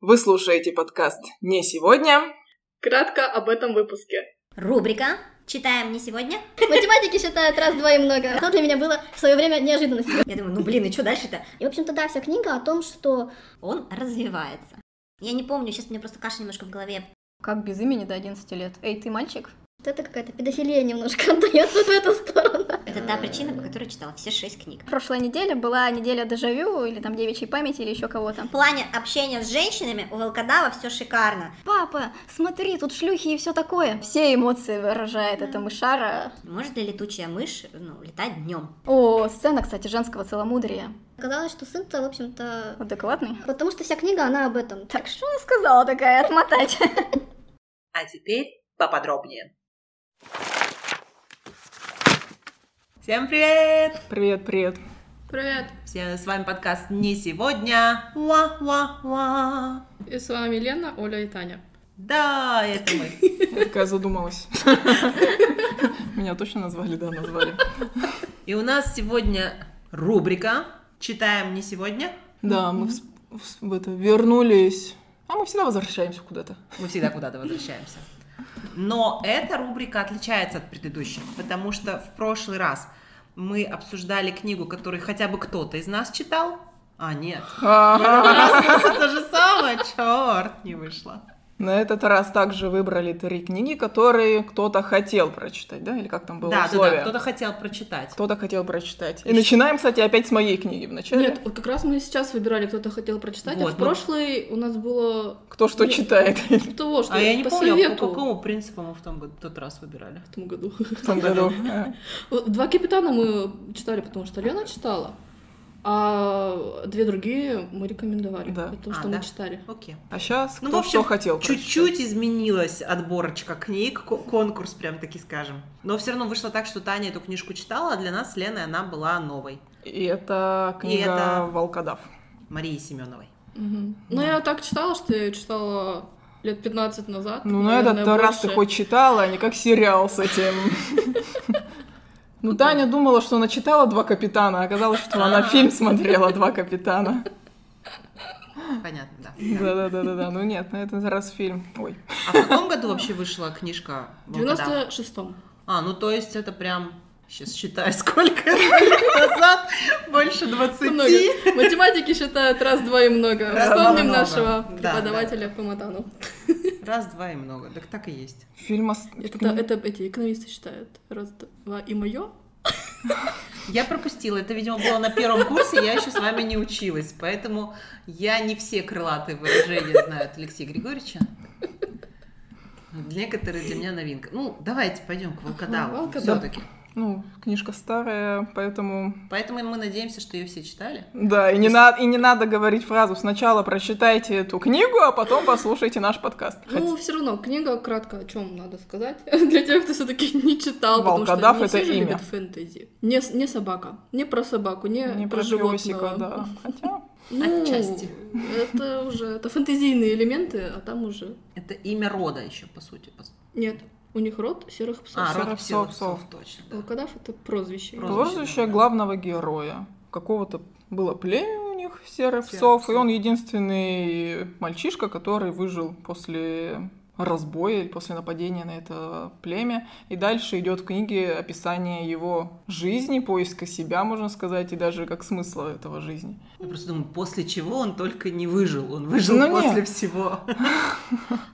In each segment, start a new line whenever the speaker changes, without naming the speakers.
Вы слушаете подкаст «Не сегодня».
Кратко об этом выпуске.
Рубрика «Читаем не сегодня».
Математики считают раз, два и много. Это для меня было в свое время неожиданностью.
Я думаю, ну блин, и что дальше-то?
И, в общем-то, да, вся книга о том, что...
Он развивается. Я не помню, сейчас у меня просто каша немножко в голове.
Как без имени до 11 лет? Эй, ты мальчик?
Вот это какая-то педофилия немножко отдает вот в эту сторону.
Это та причина, по которой читала все шесть книг.
Прошлая неделя была неделя дежавю, или там девичьей памяти, или еще кого-то.
В плане общения с женщинами у волкодава все шикарно.
Папа, смотри, тут шлюхи и все такое. Все эмоции выражает эта мышара.
Может ли летучая мышь ну, летать днем?
О, сцена, кстати, женского целомудрия.
Оказалось, что сын-то, в общем-то...
Адекватный.
Потому что вся книга, она об этом.
Так что она сказала такая, отмотать.
А теперь поподробнее. Всем привет!
Привет, привет.
Привет!
Всем с вами подкаст «Не сегодня». Уа, уа, уа.
И с вами Лена, Оля и Таня.
Да, это мы.
Я такая задумалась. Меня точно назвали, да, назвали.
И у нас сегодня рубрика «Читаем не сегодня».
Да, мы вс- вс- в это, вернулись. А мы всегда возвращаемся куда-то.
Мы всегда куда-то возвращаемся. Но эта рубрика отличается от предыдущих, потому что в прошлый раз мы обсуждали книгу, которую хотя бы кто-то из нас читал. А, нет. Ну, Раз то же самое, черт, не вышло.
На этот раз также выбрали три книги, которые кто-то хотел прочитать, да? Или как там было
Да, да, да,
условие?
кто-то хотел прочитать.
Кто-то хотел прочитать. И начинаем, кстати, опять с моей книги вначале.
Нет, вот как раз мы сейчас выбирали, кто-то хотел прочитать,
Вот,
а в
вот.
прошлой у нас было
Кто что
Нет.
читает
того, что
А я не
по
помню,
совету
по какому принципу мы в том году- в тот раз выбирали.
в том году.
в том году. А.
Вот Два капитана мы читали, потому что Лена читала, а две другие мы рекомендовали,
Да.
потому
А,
что мы
да.
читали.
Окей.
А сейчас
Ну,
кто
в общем,
что хотел
Чуть-чуть изменилась отборочка книг, ко- конкурс, прям таки скажем. Но все равно вышло так, что Таня эту книжку читала, а для нас с Леной она была новой.
прочитать. И это книга
это-
«Волкодав».
Марии Семеновой.
Мгм. Но я так читала, что я её читала лет 15 назад.
Ну, на этот
наверное,
раз ты
больше.
хоть читала, а не как сериал с этим. Ну, Таня думала, что она читала «Два капитана», а оказалось, что она фильм смотрела «Два капитана».
Понятно, да.
Да-да-да-да, ну нет, на этот раз фильм. Ой,
А в каком году вообще вышла книжка
В
«Волкодав»?
96-м.
А, ну то есть это прям... Сейчас считаю, сколько лет назад. Больше 20.
Много. Математики считают раз, два и много.
Раз, два,
Вспомним
много.
нашего
Да,
преподавателя по матану.
Раз, два и много. Так так и есть.
фильм... ос-
Это,
кни-
это эти экономисты считают. Раз, два и мое.
Я пропустила. Это, видимо, было на первом курсе. Я еще с вами не училась. Поэтому я не все крылатые выражения знаю от Алексея Григорьевича. Для некоторых для меня новинка. Ну, давайте пойдем к
Ага,
волкодаву
«Волкодав».
все-таки.
Ну, книжка старая, поэтому...
Поэтому мы надеемся, что ее все читали.
Да, и не, на- и не надо говорить фразу «Сначала прочитайте эту книгу, а потом послушайте наш подкаст».
Ну, все равно, книга кратко о чем надо сказать. Для тех, кто все-таки не читал,
«Волкодав»
потому что не
это
все же
имя.
любят фэнтези. Не, с- не собака. Не про собаку, не,
Хоть не
про,
про пёсика,
животного.
да. Хотя...
Ну,
Отчасти.
Это уже это фэнтезийные элементы, а там уже.
Это имя рода еще, по сути. по-
Нет. У них род серых псов.
А,
Псов,
род псов,
псов.
псов, точно. да.
Волкодав это прозвище.
Прозвище.
Прозвище
да.
главного героя. Какого-то было племя у них серых
Серых
псов, и
псов.
он единственный мальчишка, который выжил после разбоя или после нападения на это племя. И дальше идет в книге описание его жизни, поиска себя, можно сказать, и даже как смысла этого жизни.
Я просто думаю, после чего он только не выжил. Он выжил
Ну,
после
нет.
всего.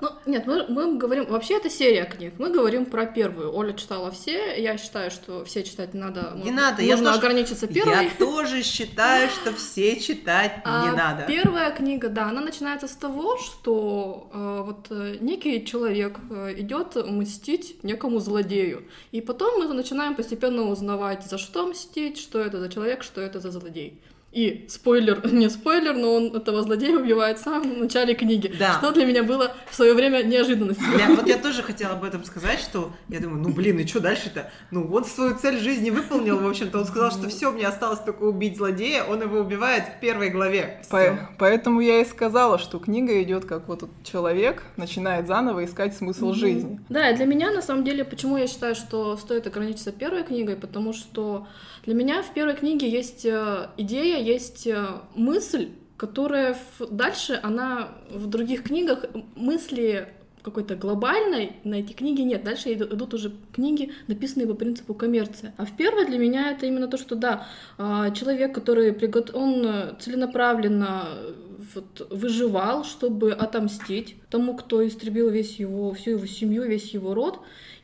Ну, нет, мы, мы говорим... Вообще, это серия книг. Мы говорим про первую. Оля читала все. Я считаю, что все читать не надо.
Не надо, я
Нужно
тоже-
ограничиться первой.
Я тоже считаю, что все читать не
А
надо.
Первая книга, да, она начинается с того, что э, вот э, некий человек э, идет мстить некому злодею, и потом мы начинаем постепенно узнавать, за что мстить, что это за человек, что это за злодей. И спойлер, не спойлер, но он этого злодея убивает в самом начале книги,
Да.
что для меня было в свое время неожиданностью.
Бля, вот я тоже хотела об этом сказать, что я думаю, ну блин, и что дальше-то? Ну, он свою цель жизни выполнил, в общем-то, он сказал,
Ну.
что все, мне осталось только убить злодея, он его убивает в первой главе. Всё.
По- Поэтому я и сказала, что книга идет как вот этот человек начинает заново искать смысл
Мгм.
жизни.
Да, и для меня, на самом деле, почему я считаю, что стоит ограничиться первой книгой, потому что для меня в первой книге есть э, идея, есть э, мысль, которая в- дальше, она в других книгах мысли какой-то глобальной на эти книги нет. Дальше иду- идут уже книги, написанные по принципу коммерции. А в первой для меня это именно то, что да, а, человек, который пригот... он э, целенаправленно э, вот, выживал, чтобы отомстить тому, кто истребил весь его, всю его семью, весь его род.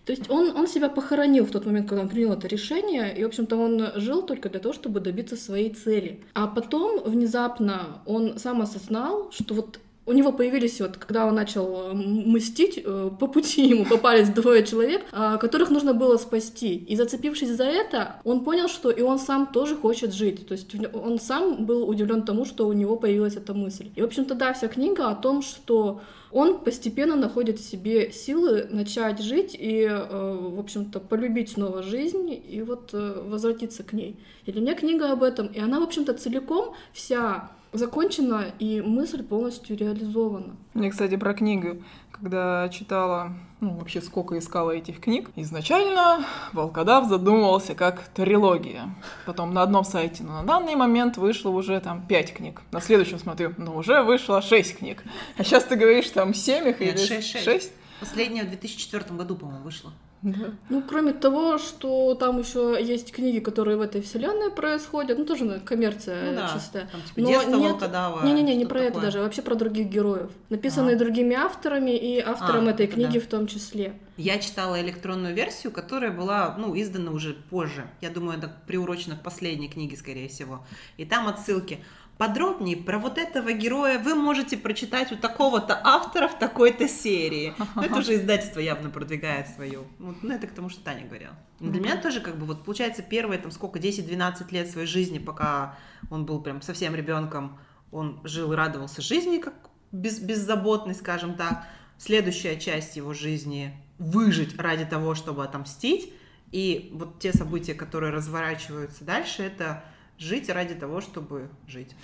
То есть он, он себя похоронил в тот момент, когда он принял это решение, и, в общем-то, он жил только для того, чтобы добиться своей цели. А потом внезапно он сам осознал, что вот у него появились, вот когда он начал э, м- мстить, э, по пути ему попались двое человек, а, которых нужно было спасти. И зацепившись за это, он понял, что и он сам тоже хочет жить. То есть в н- он сам был удивлен тому, что у него появилась эта мысль. И, в общем-то, да, вся книга о том, что он постепенно находит в себе силы начать жить и, э, в общем-то, полюбить снова жизнь и вот э, возвратиться к ней. И для меня книга об этом, и она, в общем-то, целиком вся закончена, и мысль полностью реализована.
Мне, кстати, про книги, когда читала, ну, вообще сколько искала этих книг, изначально «Волкодав» задумывался как трилогия. Потом на одном сайте, но на данный момент вышло уже там пять книг. На следующем смотрю, ну, уже вышло шесть книг. А сейчас ты говоришь там семь их
Нет,
или
шесть, шесть.
шесть?
Последняя в 2004 году, по-моему, вышла.
Да.
Ну, кроме того, что там еще есть книги, которые в этой вселенной происходят, ну, тоже ну, коммерция чистая.
Там, типа,
Но
детство
нет-
волкодава.
Не-не-не, не
что-то
про это
такое.
даже, а вообще про других героев, написанные
А.
другими авторами и автором
А,
этой
это
книги
да.
в том числе.
Я читала электронную версию, которая была, ну, издана уже позже. Я думаю, это приурочено к последней книге, скорее всего. И там отсылки. Подробнее про вот этого героя вы можете прочитать у такого-то автора в такой-то серии. Ну, это уже издательство явно продвигает свое. Вот, ну, это к тому, что Таня говорила. Но Для меня тоже, как бы, вот получается, первые, там, сколько, 10-12 лет своей жизни, пока он был прям совсем ребенком, он жил и радовался жизни, как без, беззаботный, скажем так. Следующая часть его жизни — выжить ради того, чтобы отомстить. И вот те события, которые разворачиваются дальше, это жить ради того, чтобы жить.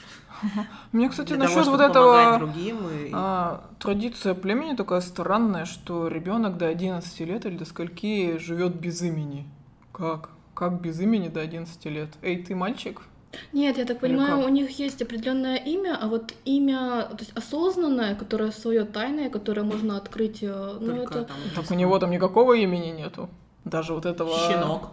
Мне, кстати,
Для того,
насчет
чтобы
вот
помогать
этого
другим. и-
а, традиция племени такая странная, что ребенок до 11 лет или до скольки живет без имени. Как? Как без имени до 11 лет? Эй, ты мальчик?
Нет, я так
Или
понимаю,
как?
у них есть определенное имя, а вот имя, то есть осознанное, которое свое тайное, которое можно открыть, э, ну
Только
это,
там
Так у него там никакого имени нету. Даже вот этого...
щенок.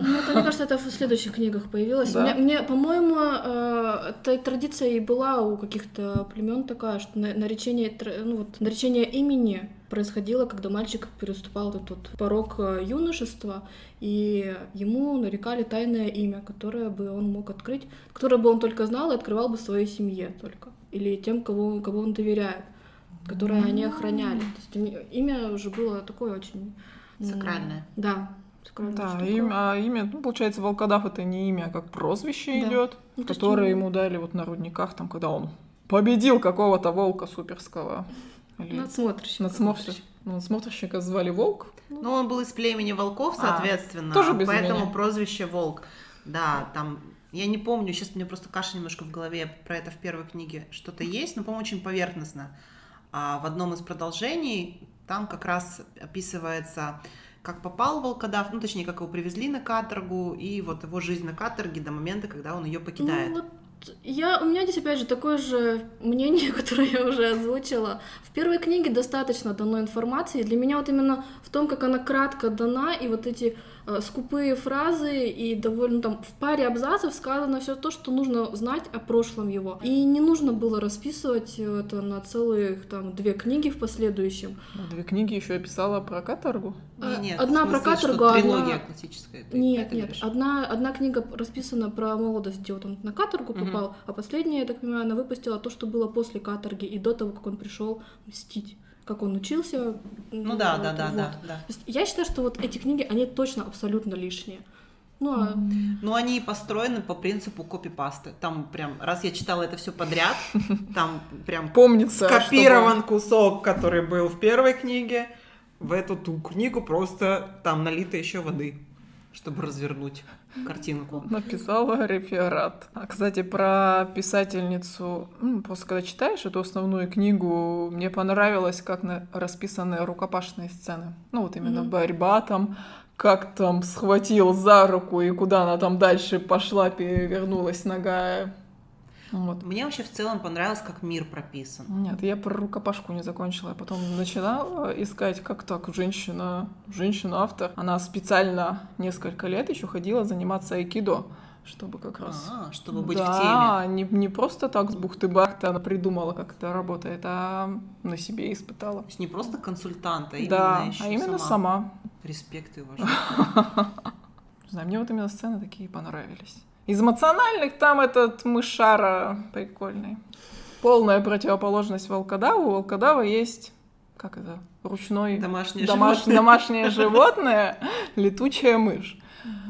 ну это, мне кажется, это в следующих книгах появилось.
Да?
Мне, мне, по-моему, э, эта традиция и была у каких-то племен такая, что на- наречение, тр- ну вот наречение имени происходило, когда мальчик переступал этот вот порог э, юношества, и ему нарекали тайное имя, которое бы он мог открыть который бы он только знал и открывал бы своей семье только. Или тем, кого, кого он доверяет, которые они охраняли. То есть они- имя уже было такое очень... м,
Сакральное.
Да, сакральное.
Да, имя, а имя, ну, получается, Волкодав это не имя, а как прозвище
Да.
идет,
Ну, то есть
которое
ему-
ему дали вот на рудниках, там, когда он победил какого-то волка суперского. Или
Надсмотрщик.
надсмотрщ- надсмотрщика звали Волк.
Ну, он был из племени волков,
А,
соответственно.
тоже без
поэтому
имени.
прозвище волк. Да, там. Я не помню, сейчас у меня просто каша немножко в голове я про это в первой книге что-то есть, но, по-моему, очень поверхностно. А в одном из продолжений там как раз описывается, как попал волкодав, ну, точнее, как его привезли на каторгу, и вот его жизнь на каторге до момента, когда он ее покидает.
Ну, вот я, у меня здесь, опять же, такое же мнение, которое я уже озвучила. В первой книге достаточно дано информации. Для меня вот именно в том, как она кратко дана, и вот эти э, скупые фразы, и довольно там в паре абзацев сказано все то, что нужно знать о прошлом его. И не нужно было расписывать это на целых там две книги в последующем.
Две книги еще я писала про каторгу.
а,
Не-нет,
одна
в
про
смысле, что
каторгу, одна-
Трилогия классическая. ты
Нет,
это
нет,
говоришь?
одна, одна книга расписана про молодость, где вот он на каторгу
Мгм.
попал, а последняя, я так понимаю, она выпустила то, что было после каторги и до того, как он пришел мстить, как он учился.
Ну да,
вот,
да, да,
вот.
да, да.
То есть я считаю, что вот эти книги, они точно абсолютно лишние. Ну, а
Но они построены по принципу копипасты. Там прям, раз я читала это все подряд, там прям
Помнится,
скопирован
чтобы-
кусок, который был в первой книге, в эту ту книгу просто там налито еще воды, чтобы развернуть картинку.
Написала реферат. А, кстати, про писательницу, м, просто когда читаешь эту основную книгу, мне понравилось, как на... расписаны рукопашные сцены. Ну вот именно
Мгм.
борьба там, как там схватил за руку и куда она там дальше пошла, перевернулась нога. Вот.
Мне вообще в целом понравилось, как мир прописан.
Нет, я про рукопашку не закончила. Я потом начинала искать, как так, женщина, женщина-автор. Она специально несколько лет еще ходила заниматься айкидо, чтобы как раз...
А, чтобы быть
да,
в теме.
Не, не просто так с бухты-бахты она придумала, как это работает, а на себе испытала.
То есть не просто консультанта, а именно
да,
еще
а именно
сама.
сама.
Респект и уважение.
Не знаю, мне вот именно сцены такие понравились. Из эмоциональных там этот мышара прикольный. Полная противоположность волкодаву. У волкодава есть, как это, ручной
Домашнее
домаш-
животное.
домашнее животное, летучая мышь.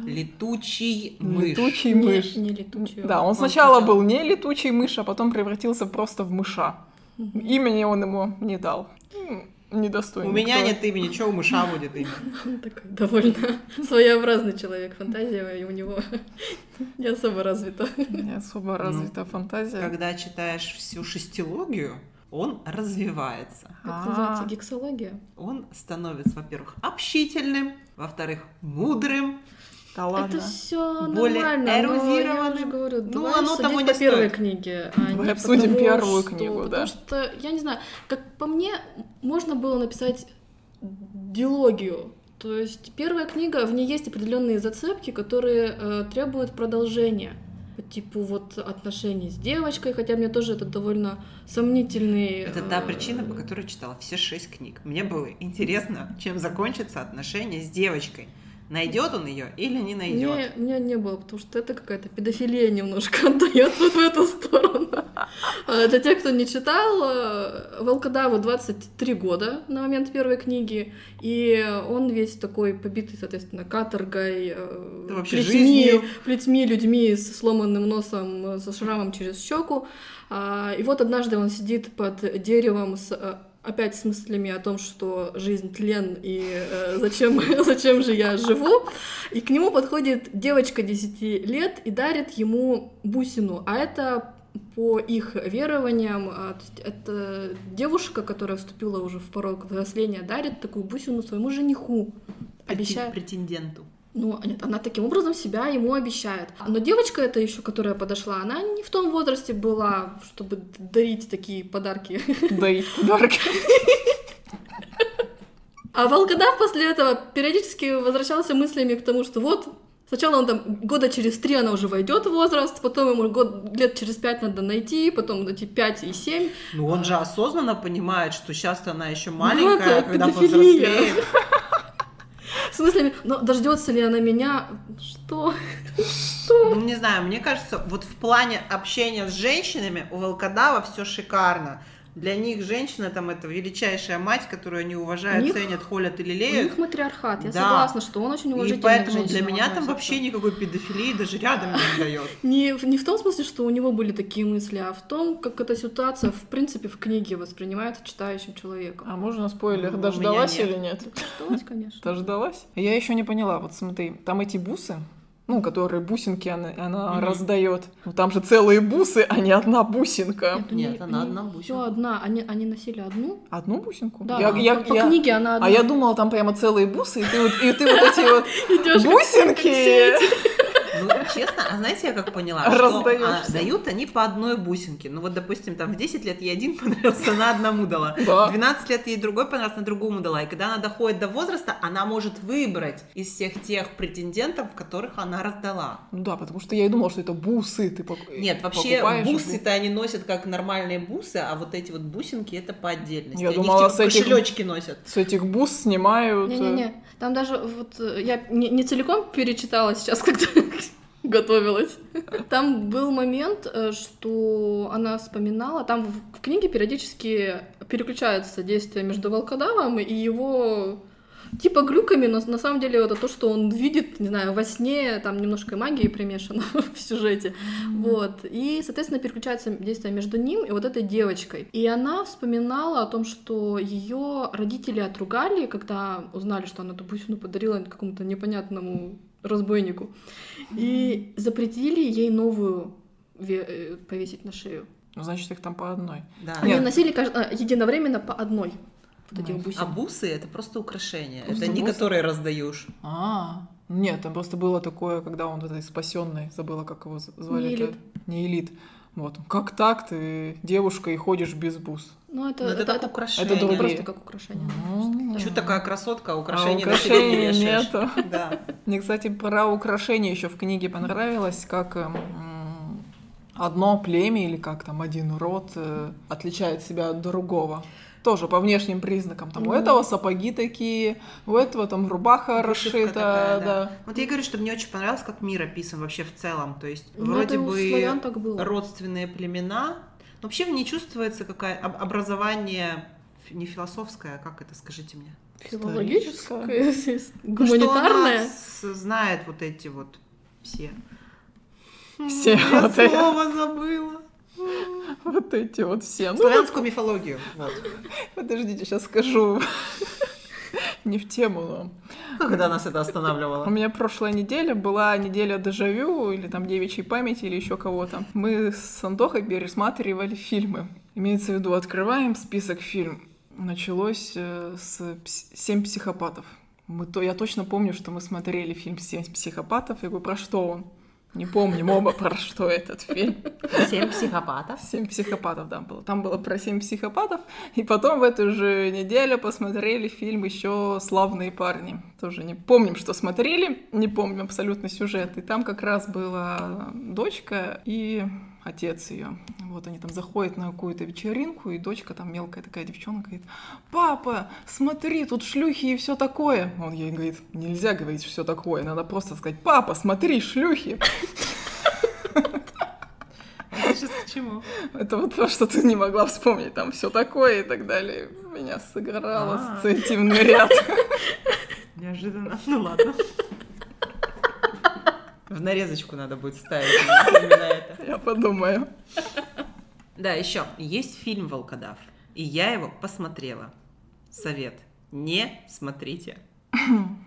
Летучий мышь.
Летучий
Не-
мышь.
Не летучая.
Да, он сначала был не летучий мышь, а потом превратился просто в мыша. Имени он ему не дал. М, Недостойно.
У меня
Кто-
нет имени, что у мыша будет имя?
Он такой довольно своеобразный человек, фантазия и у него не особо развита.
Не особо развита фантазия.
Когда читаешь всю шестилогию, он развивается.
Это
А.
называется гексология.
Он становится, во-первых, общительным, во-вторых, мудрым.
Да ладно.
Это все
Более
нормально. но
эрудированным.
я же говорю,
Ну,
давай
оно
судить
того не
по первой
стоит.
книге. а
Давай
не
обсудим
потому,
первую
что-
книгу, да.
Потому что, я не знаю, как по мне, можно было написать дилогию. То есть первая книга, в ней есть определенные зацепки, которые э, требуют продолжения. По типу вот отношений с девочкой, хотя мне тоже это довольно сомнительный...
Это
э,
та причина, по которой я читала все шесть книг. Мне было интересно, чем закончатся отношения с девочкой. Найдет он ее или не
Мне,
найдет?
мне не было, потому что это какая-то педофилия немножко отдает вот в эту сторону. А Для тех, кто не читал, э, Волкодаву 23 года на момент первой книги, и он весь такой побитый, соответственно, каторгой, э,
Да вообще жизнью.
плетьми людьми с сломанным носом, э, со шрамом через щеку. А, И вот однажды он сидит под деревом с э, опять с мыслями о том, что жизнь тлен и э, зачем, зачем же я живу. И к нему подходит девочка 10 лет и дарит ему бусину. А это по их верованиям, а, то есть это девушка, которая вступила уже в порог взросления, дарит такую бусину своему жениху.
Претен-
Обещает.
Претенденту.
Ну, нет, она таким образом себя ему обещает. Но девочка эта еще, которая подошла, она не в том возрасте была, чтобы дарить такие подарки.
Да и подарки.
А волкодав после этого периодически возвращался мыслями к тому, что вот сначала он там года через три она уже войдет в возраст, потом ему год, лет через пять надо найти, потом эти пять и семь.
Ну он же осознанно понимает, что сейчас она еще маленькая,
Ну, это
а когда
педофилия.
повзрослеет.
С мыслями, но дождется ли она меня? Что?
Ну не знаю, мне кажется, вот в плане общения с женщинами у волкодава все шикарно. Для них женщина там это величайшая мать, которую они уважают,
У них-
ценят, холят и
У них
лелеют.
матриархат, я
Да.
согласна, что он очень
И
уважительно
поэтому для меня там вообще никакой педофилии даже рядом не дает.
Не, в- не в том смысле, что у него были такие мысли, а в том, как эта ситуация, в принципе, в книге воспринимается читающим человеком.
А можно спойлер,
Ну, у
дождалась
меня нет.
или нет?
Что, конечно.
Дождалась? Я еще не поняла, вот смотри, там эти бусы, ну, которые бусинки она, она
Мгм.
раздает. Ну, там же целые бусы, а не одна бусинка.
Нет, у нее-
Нет, она
у нее
одна
всё
бусинка.
одна, они, они носили одну.
Одну бусинку?
Да,
Я-
по-
я-
по,
я-
книге она одна.
А я думала, там прямо целые бусы, и ты вот, и ты вот эти вот
Идёшь как- как все
бусинки.
Ну, честно, а знаете, я как поняла, что
Раздаёшь
а,
всем.
дают они по одной бусинке. Ну, вот, допустим, там в 10 лет ей один понравился, она одному дала.
Да.
12 лет ей другой понравился, она другому дала. И когда она доходит до возраста, она может выбрать из всех тех претендентов, которых она раздала.
Ну да, потому что я и думала, что это бусы. Ты пок-
Нет, вообще
покупаешь, и
бусы-то они носят как нормальные бусы, а вот эти вот бусинки это по отдельности.
Я
они
думала,
их типа
с этих-
кошелечки носят.
С этих бус снимают. э,
Не-не-не, там даже вот э, я не, не целиком перечитала сейчас, когда готовилась. Там был момент, э, что она вспоминала, там в, в книге периодически переключаются действия между волкодавом и его типа глюками, но на самом деле это то, что он видит, не знаю, во сне, там немножко и магии примешано в сюжете. Вот. И, соответственно, переключается действие между ним и вот этой девочкой. И она вспоминала о том, что ее родители отругали, когда узнали, что она эту бусину подарила какому-то непонятному разбойнику. И запретили ей новую ве- э, повесить на шею.
Ну, значит, их там по одной.
Да.
Нет.
Они носили кажд- а, единовременно по одной. Вот эти
Ой.
бусины.
А бусы это просто украшения.
Просто
это не
бусы.
которые раздаешь.
А, нет, там просто было такое, когда он вот этой спасенный, забыла, как его з- звали.
Неэлит.
это- Неэлит. Вот. Как так ты девушка и ходишь без бус?
Ну, это,
Ну, это
это,
как
это
украшение. Ну,
это другое.
просто как украшение.
М.
Чё такая красотка, а украшений
А
на себе не
Ну, украшений
вешаешь.
нету.
Да.
Мне, кстати, про украшения еще в книге понравилось, как эм, м, одно племя или как там один род э, отличает себя от другого. Тоже по внешним признакам. Там у этого сапоги такие, у этого там рубаха
Вышивка
расшита,
такая,
да.
Вот я и говорю, что мне очень понравилось, как мир описан вообще в целом. То есть
Ну,
вроде
это у
бы
славян так было.
родственные племена. Но вообще в ней чувствуется какая об- образование ф- не философское, а как это, скажите мне?
Филологическое,
Ну, что она
гуманитарное.
с- знает вот эти вот все.
Все
М, я
вот эти.
слово забыла.
Вот эти вот все. Ну,
Славянскую мифологию. Вот.
подождите, сейчас скажу. Не в тему, но...
Ну, Когда нас это
У
останавливало?
меня прошлая неделя была неделя дежавю, или там девичьей памяти, или еще кого-то. Мы с Антохой пересматривали фильмы. Имеется в виду, открываем список фильм. Началось э, с пс- «Семь психопатов». Мы то, я точно помню, что мы смотрели фильм «Семь психопатов». Я говорю, про что он? Не помним оба, про что этот фильм.
Семь психопатов.
Семь психопатов, да, было. Там было про семь психопатов. И потом в эту же неделю посмотрели фильм еще Славные парни. Тоже не помним, что смотрели, не помним абсолютно сюжет. И там как раз была дочка и отец ее. Вот они там заходят на какую-то вечеринку, и дочка там мелкая такая девчонка говорит, папа, смотри, тут шлюхи и все такое. Он ей говорит, нельзя говорить все такое, надо просто сказать, папа, смотри, шлюхи.
Сейчас к чему?
Это вот то, что ты не могла вспомнить, там все такое и так далее. Меня сыграл
А.
ассоциативный ряд.
Неожиданно. Ну ладно. В нарезочку надо будет вставить именно это.
Я подумаю.
Да, еще есть фильм «Волкодав», и я его посмотрела. Совет. Не смотрите.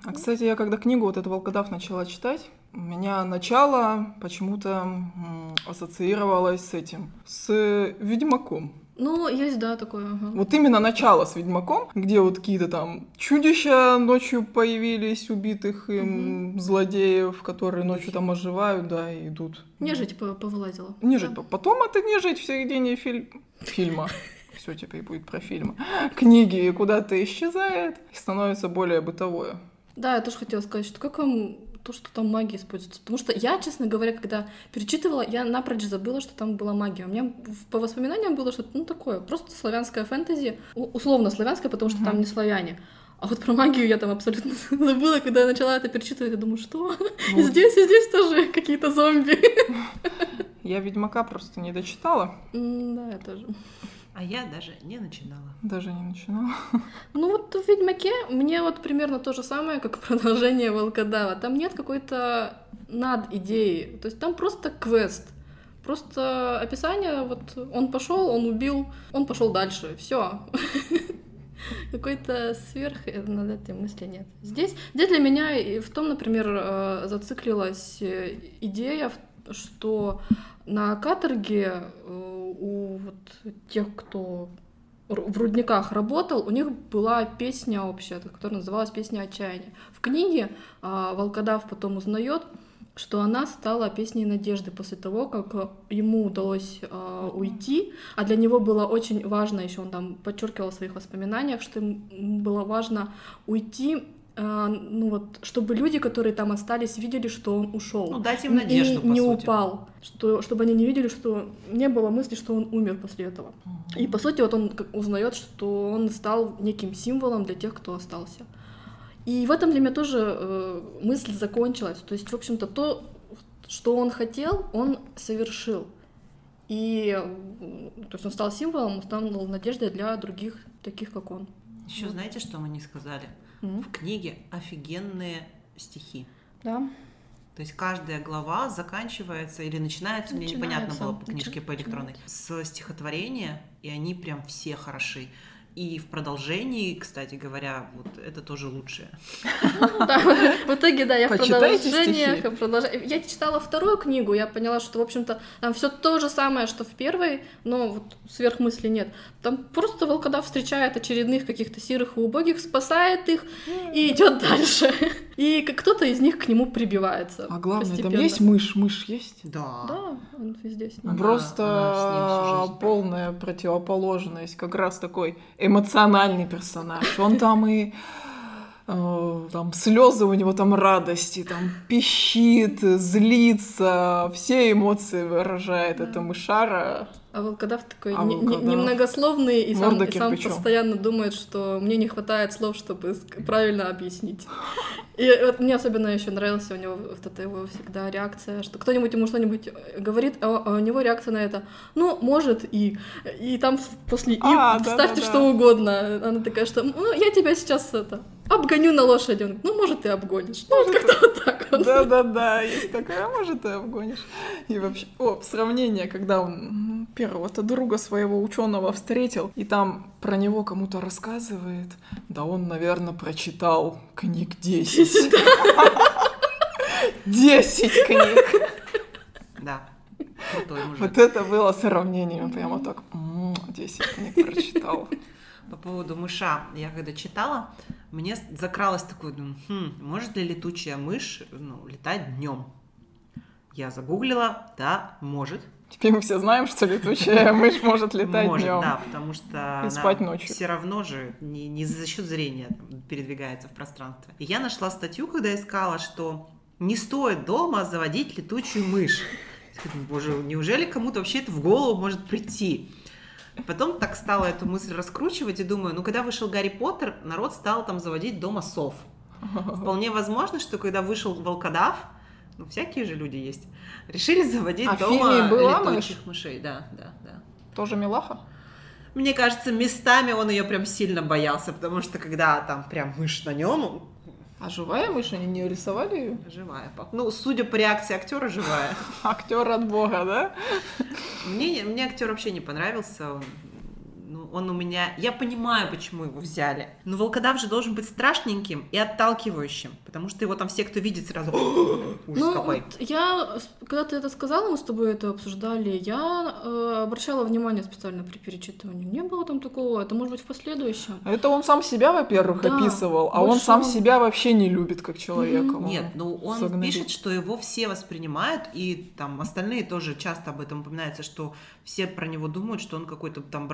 А, кстати, я когда книгу вот эту «Волкодав» начала читать, у меня начало почему-то м, ассоциировалось с этим, с э, «Ведьмаком».
Ну, есть, да, такое. ага.
Вот именно начало с «Ведьмаком», где вот какие-то там чудища ночью появились, убитых им злодеев, которые ночью там оживают, да, и идут.
Нежить по- повылазила.
Нежить.
Да.
по- Потом это нежить в середине филь- фильма. Все теперь будет про фильмы. Книги куда-то исчезает и становится более бытовое.
Да, я тоже хотела сказать, что как вам то, что там магия используется? Потому что я, честно говоря, когда перечитывала, я напрочь забыла, что там была магия. У меня в- по воспоминаниям было что-то, ну, такое, просто славянское фэнтези, у- условно славянское, потому что там не славяне. А вот про магию я там абсолютно забыла, когда я начала это перечитывать, я думаю, что?
Ну,
И здесь, и здесь тоже какие-то зомби.
Я Ведьмака просто не дочитала,
М, Да, я тоже.
А я даже не начинала.
даже не начинала.
Ну вот в Ведьмаке мне вот примерно то же самое, как продолжение Волкодава. Там нет какой-то над идеи. То есть там просто квест. Просто описание, вот он пошел, он убил, он пошел дальше. Все. Какой-то сверх э, над этой мысли нет. Здесь, здесь для меня и в том, например, э, зациклилась э, идея, в- что на каторге э, у вот тех, кто р- в рудниках работал, у них была песня общая, т- которая называлась «Песня отчаяния». В книге а, Волкодав потом узнает, что она стала песней надежды после того, как а, ему удалось а, уйти, а для него было очень важно, еще он там подчеркивал в своих воспоминаниях, что ему было важно уйти, а, ну вот, чтобы люди, которые там остались, видели, что он ушел
Ну, дать им надежду,
и
по
не
сути.
упал, что, чтобы они не видели, что не было мысли, что он умер после этого. И по сути вот он как узнает, что он стал неким символом для тех, кто остался. И в этом для меня тоже э, мысль закончилась. То есть, в общем-то, то, что он хотел, он совершил. И м, то есть он стал символом, он стал надеждой для других, таких как он.
Еще знаете, что мы не сказали?
М,
В книге офигенные стихи.
Да.
То есть каждая глава заканчивается или начинается, мне непонятно
Начинается.
было по книжке по
Начи-
электронной, с стихотворения, и они прям все хороши. И в продолжении, кстати говоря, вот это тоже лучшее.
Ну да, в итоге, да, я в
Почитайте
продолжениях.
стихи.
продолж- Я читала вторую книгу, я поняла, что, в общем-то, там все то же самое, что в первой, но вот сверхмысли нет. Там просто волкодав встречает очередных каких-то серых и убогих, спасает их и идет дальше. И как кто-то из них к нему прибивается.
А главное,
постепенно.
там есть мышь? Мышь есть?
Да.
Да, он везде с ним.
Она- она с ним
Просто
всю жизнь.
полная противоположность, как раз такой эмоциональный персонаж. Он там и э, там слезы у него, там радости, там пищит, злится, все эмоции выражает. Это мышара.
А волкодав такой
А
не- не-
волкодав.
немногословный и сам,
Морда
и сам
кирпичом.
постоянно думает, что мне не хватает слов, чтобы ск- правильно объяснить. И вот мне особенно еще нравился у него вот эта его всегда реакция, что кто-нибудь ему что-нибудь э, говорит, а а у него реакция на это, ну, может и. И там в- после и
А,
вставьте
да-да-да.
что угодно. Она такая, что ну, я тебя сейчас это обгоню на лошади. Он говорит, ну, может, ты обгонишь. Ну, вот как-то вот так вот.
Да-да-да, есть такая, «А, может, ты обгонишь. И вообще, о, сравнение, когда он м, первого-то друга своего ученого встретил, и там про него кому-то рассказывает, да он, наверное, прочитал книг 10. 10 книг.
Да. Крутой мужик.
Вот это было сравнение, прямо так, «М, 10 книг прочитал.
По поводу мыша, я когда читала, мне с- закралось такое, думаю, «Хм, может ли летучая мышь ну, летать днем? Я загуглила, да, может.
Теперь мы все знаем, что летучая мышь может летать
может,
днем.
да, потому что
И спать ночью.
все равно же не, не за счет зрения там передвигается в пространстве. И я нашла статью, когда искала, что не стоит дома заводить летучую мышь. Я думаю, Боже, неужели кому-то вообще это в голову может прийти? Потом так стала эту мысль раскручивать и думаю, ну когда вышел Гарри Поттер, народ стал там заводить дома сов. Вполне возможно, что когда вышел волкодав, ну всякие же люди есть, решили заводить
А в
дома
фильме была
летучих мышей. Да, да, да.
Тоже милаха?
Мне кажется, местами он ее прям сильно боялся, потому что когда там прям мышь на нем,
А живая мышь, они не рисовали ее?
живая. по- Ну, судя по реакции актера, живая.
Актер от бога, да?
Мне, мне актер вообще не понравился. Он, ну, он у меня... Я понимаю, почему его взяли. Но волкодав же должен быть страшненьким и отталкивающим, потому что его там все, кто видит, сразу... Ужас
Ну,
какой.
вот я, с- когда ты это сказала, мы с тобой это обсуждали, я э, обращала внимание специально при перечитывании. Не было там такого, это может быть в последующем.
Это он сам себя, во-первых,
Да,
описывал, а
больше
он сам
он-
себя вообще не любит как человека. Он-
Нет, ну он
согнали.
пишет, что его все воспринимают, и там остальные тоже часто об этом упоминается, что все про него думают, что он какой-то там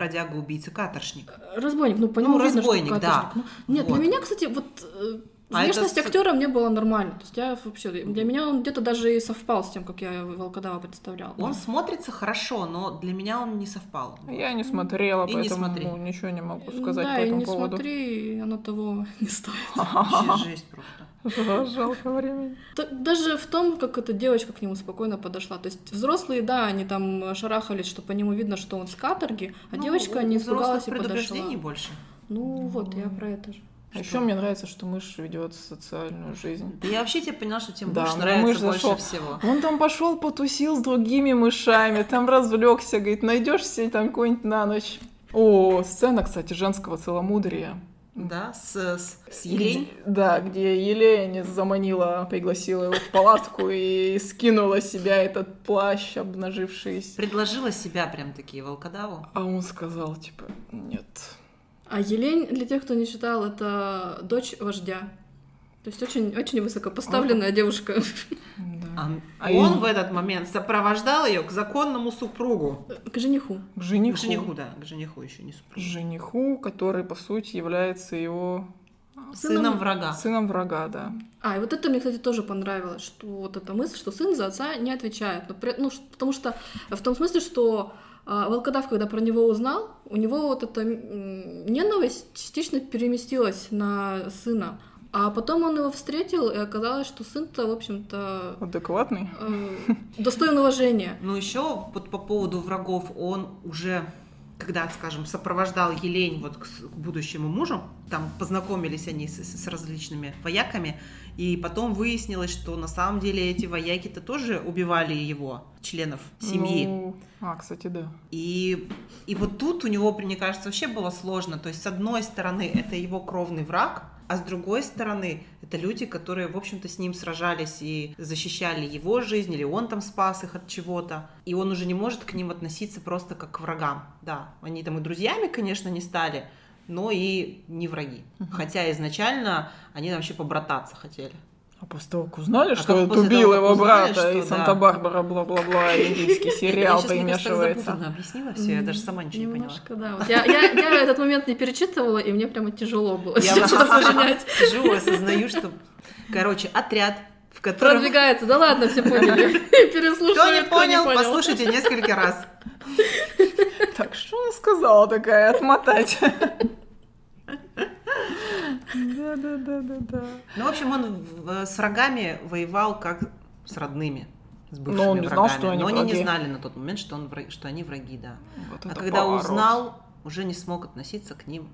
бродяга-убийца-каторшник.
Разбойник, ну по
Ну,
нему видно, что
разбойник, да.
каторжник. Ну, нет,
Вот.
для меня, кстати, вот э,
А
внешность
это с-
актера мне была нормально. То есть я вообще, для меня он где-то даже и совпал с тем, как я Волкодава представляла.
Он смотрится хорошо, но для меня он не совпал.
Я не смотрела,
И не
поэтому
смотри.
ну, ничего не могу сказать
да,
по
и
этому
не
поводу.
смотри, оно того не стоит.
Вообще жесть просто.
Жа- Жалко времени.
Т- Даже в том, как эта девочка к нему спокойно подошла. То есть взрослые, да, они там э, шарахались, что по нему видно, что он с каторги, а
Ну,
девочка
у
не испугалась и
взрослых
подошла.
предупреждений больше.
Ну вот, я про это же.
А еще мне нравится, что мышь ведет социальную жизнь.
Да я вообще тебя поняла, что тебе
Да,
муж
ну,
нравится
мышь
больше
зашел.
всего.
Он там пошел потусил с другими мышами, там развлекся, говорит, найдешь себе там какой-нибудь на ночь. О, сцена, кстати, женского целомудрия.
Да, с, с, с
Где-
Елень.
да, где Елень заманила, пригласила его в палатку и скинула с себя этот плащ, обнажившийся.
Предложила себя прям такие волкодаву.
А он сказал, типа, нет.
А Елень, для тех, кто не читал, это дочь вождя. То есть очень, очень высокопоставленная девушка.
Да.
А
А
он
Ель-
в этот момент сопровождал ее к законному супругу.
К жениху.
К жениху.
К жениху, да, к жениху еще не супругу.
Жениху, который, по сути, является его
Сыном врага.
сыном врага, да.
А, и вот это мне, кстати, тоже понравилось, что вот эта мысль, что сын за отца не отвечает. Но при- ну, ш- потому что э, в том смысле, что а, Волкодав, когда про него узнал, у него вот эта м, ненависть частично переместилась на сына. А потом он его встретил, и оказалось, что сын-то, в общем-то,
Адекватный.
э, достоин уважения.
Ну еще вот по поводу врагов, он уже, когда, скажем, сопровождал Елень вот к, с- к будущему мужу, там познакомились они с, с- с различными вояками, и потом выяснилось, что на самом деле эти вояки-то тоже убивали его, членов семьи.
Ну, А, кстати, да.
И, и вот тут у него, мне кажется, вообще было сложно. То есть, с одной стороны, это его кровный враг, а с другой стороны, это люди, которые, в общем-то, с ним сражались и защищали его жизнь, или он там спас их от чего-то. И он уже не может к ним относиться просто как к врагам. Да, они там и друзьями, конечно, не стали, но и не враги. Хотя изначально они там вообще побрататься хотели.
А после того, как узнали,
А
что
как
это
после
убил
того, как
его
узнали,
брата,
что
и
да.
Санта-Барбара, бла-бла-бла, и индийский сериал
Я щас, мне кажется, так
примешивается.
запутанно объяснила все, я даже сама ничего не поняла.
Немножко, да. Вот я, я- я этот момент не перечитывала, и мне прямо тяжело было
Я
сейчас
просто
сочинять.
сижу и осознаю, что, короче, отряд, в котором...
Продвигается. Да ладно, все поняли. Переслушали.
Кто не понял, послушайте несколько раз.
Так, что она сказала такая, отмотать? Да-да-да-да-да.
Ну, в общем, он в- э, с врагами воевал как с родными, с бывшими
Но он не знал,
врагами.
что они
Но они не
враги.
знали на тот момент, что, он вра- что они враги, да.
Вот
а
это
когда
поворот.
узнал, уже не смог относиться к ним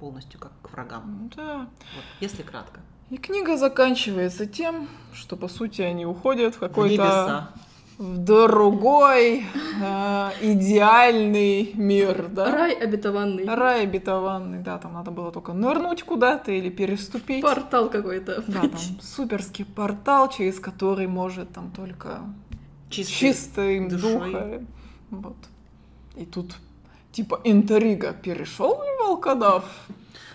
полностью как к врагам.
Да,
Вот, если кратко.
И книга заканчивается тем, что по сути они уходят в
В
какой-то
небеса.
в другой э, идеальный мир, да?
Рай обетованный.
Рай обетованный, да, там надо было только нырнуть куда-то или переступить.
Портал какой-то.
Да, там суперский портал, через который может там только
Чистый.
чистым
душой.
духа. Вот. И тут типа интрига. Перешел ли волкодав?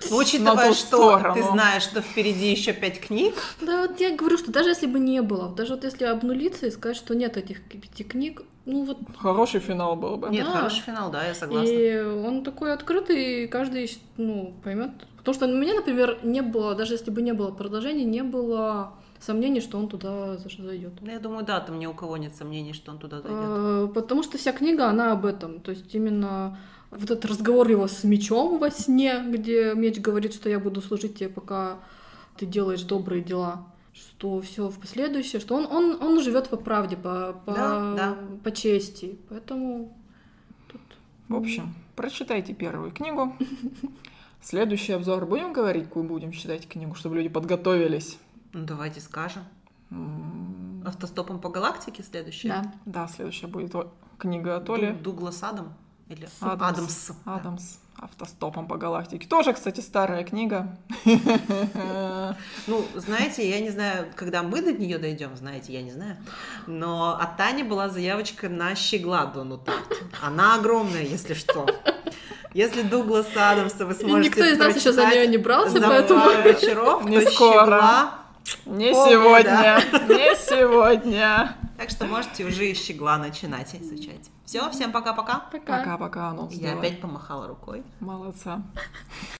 Ну,
на
Учитывая,
ту
что ты
сторону.
знаешь, что впереди еще пять книг,
Да, вот я говорю, что даже если бы не было, даже вот если обнулиться и сказать, что нет этих пяти книг, ну вот
Хороший финал был бы.
нет,
Да.
хороший финал, да, я согласна.
И он такой открытый, и каждый, ну, поймет. Потому что у меня, например, не было, даже если бы не было продолжения, не было сомнений, что он туда за- зайдет.
Ну, я думаю, да, там ни у кого нет сомнений, что он туда зайдет.
Э, Потому что вся книга, она об этом. То есть именно вот этот разговор его с мечом во сне, где меч говорит, что я буду служить тебе, пока ты делаешь добрые дела что все в последующее, что он, он, он живет по правде, по, по,
Да, да.
по чести. Поэтому тут
В общем, прочитайте первую книгу. Следующий обзор будем говорить, какую будем читать книгу, чтобы люди подготовились.
Ну, давайте скажем.
М,
Автостопом по галактике следующее.
да.
Да, следующая будет о- книга
Ду-
Толи
Дуглас Адам или
Адамс.
Адамс. да.
Адамс «Автостопом по галактике». Тоже, кстати, старая книга.
Ну, знаете, я не знаю, когда мы до нее дойдем, знаете, я не знаю. Но от Тани была заявочка на щегла Дону Тарт. Она огромная, если что. Если Дугласа Адамса вы
И
сможете
никто из нас еще за
прочитать
нее не брался,
за
поэтому
пару вечеров,
Не
то
скоро.
щегла.
Не
Помню,
сегодня, не сегодня.
Так что можете уже из щегла начинать изучать. Все, всем пока-пока.
пока.
Пока-пока, анонс
Я
сделай.
опять помахала рукой.
Молодца.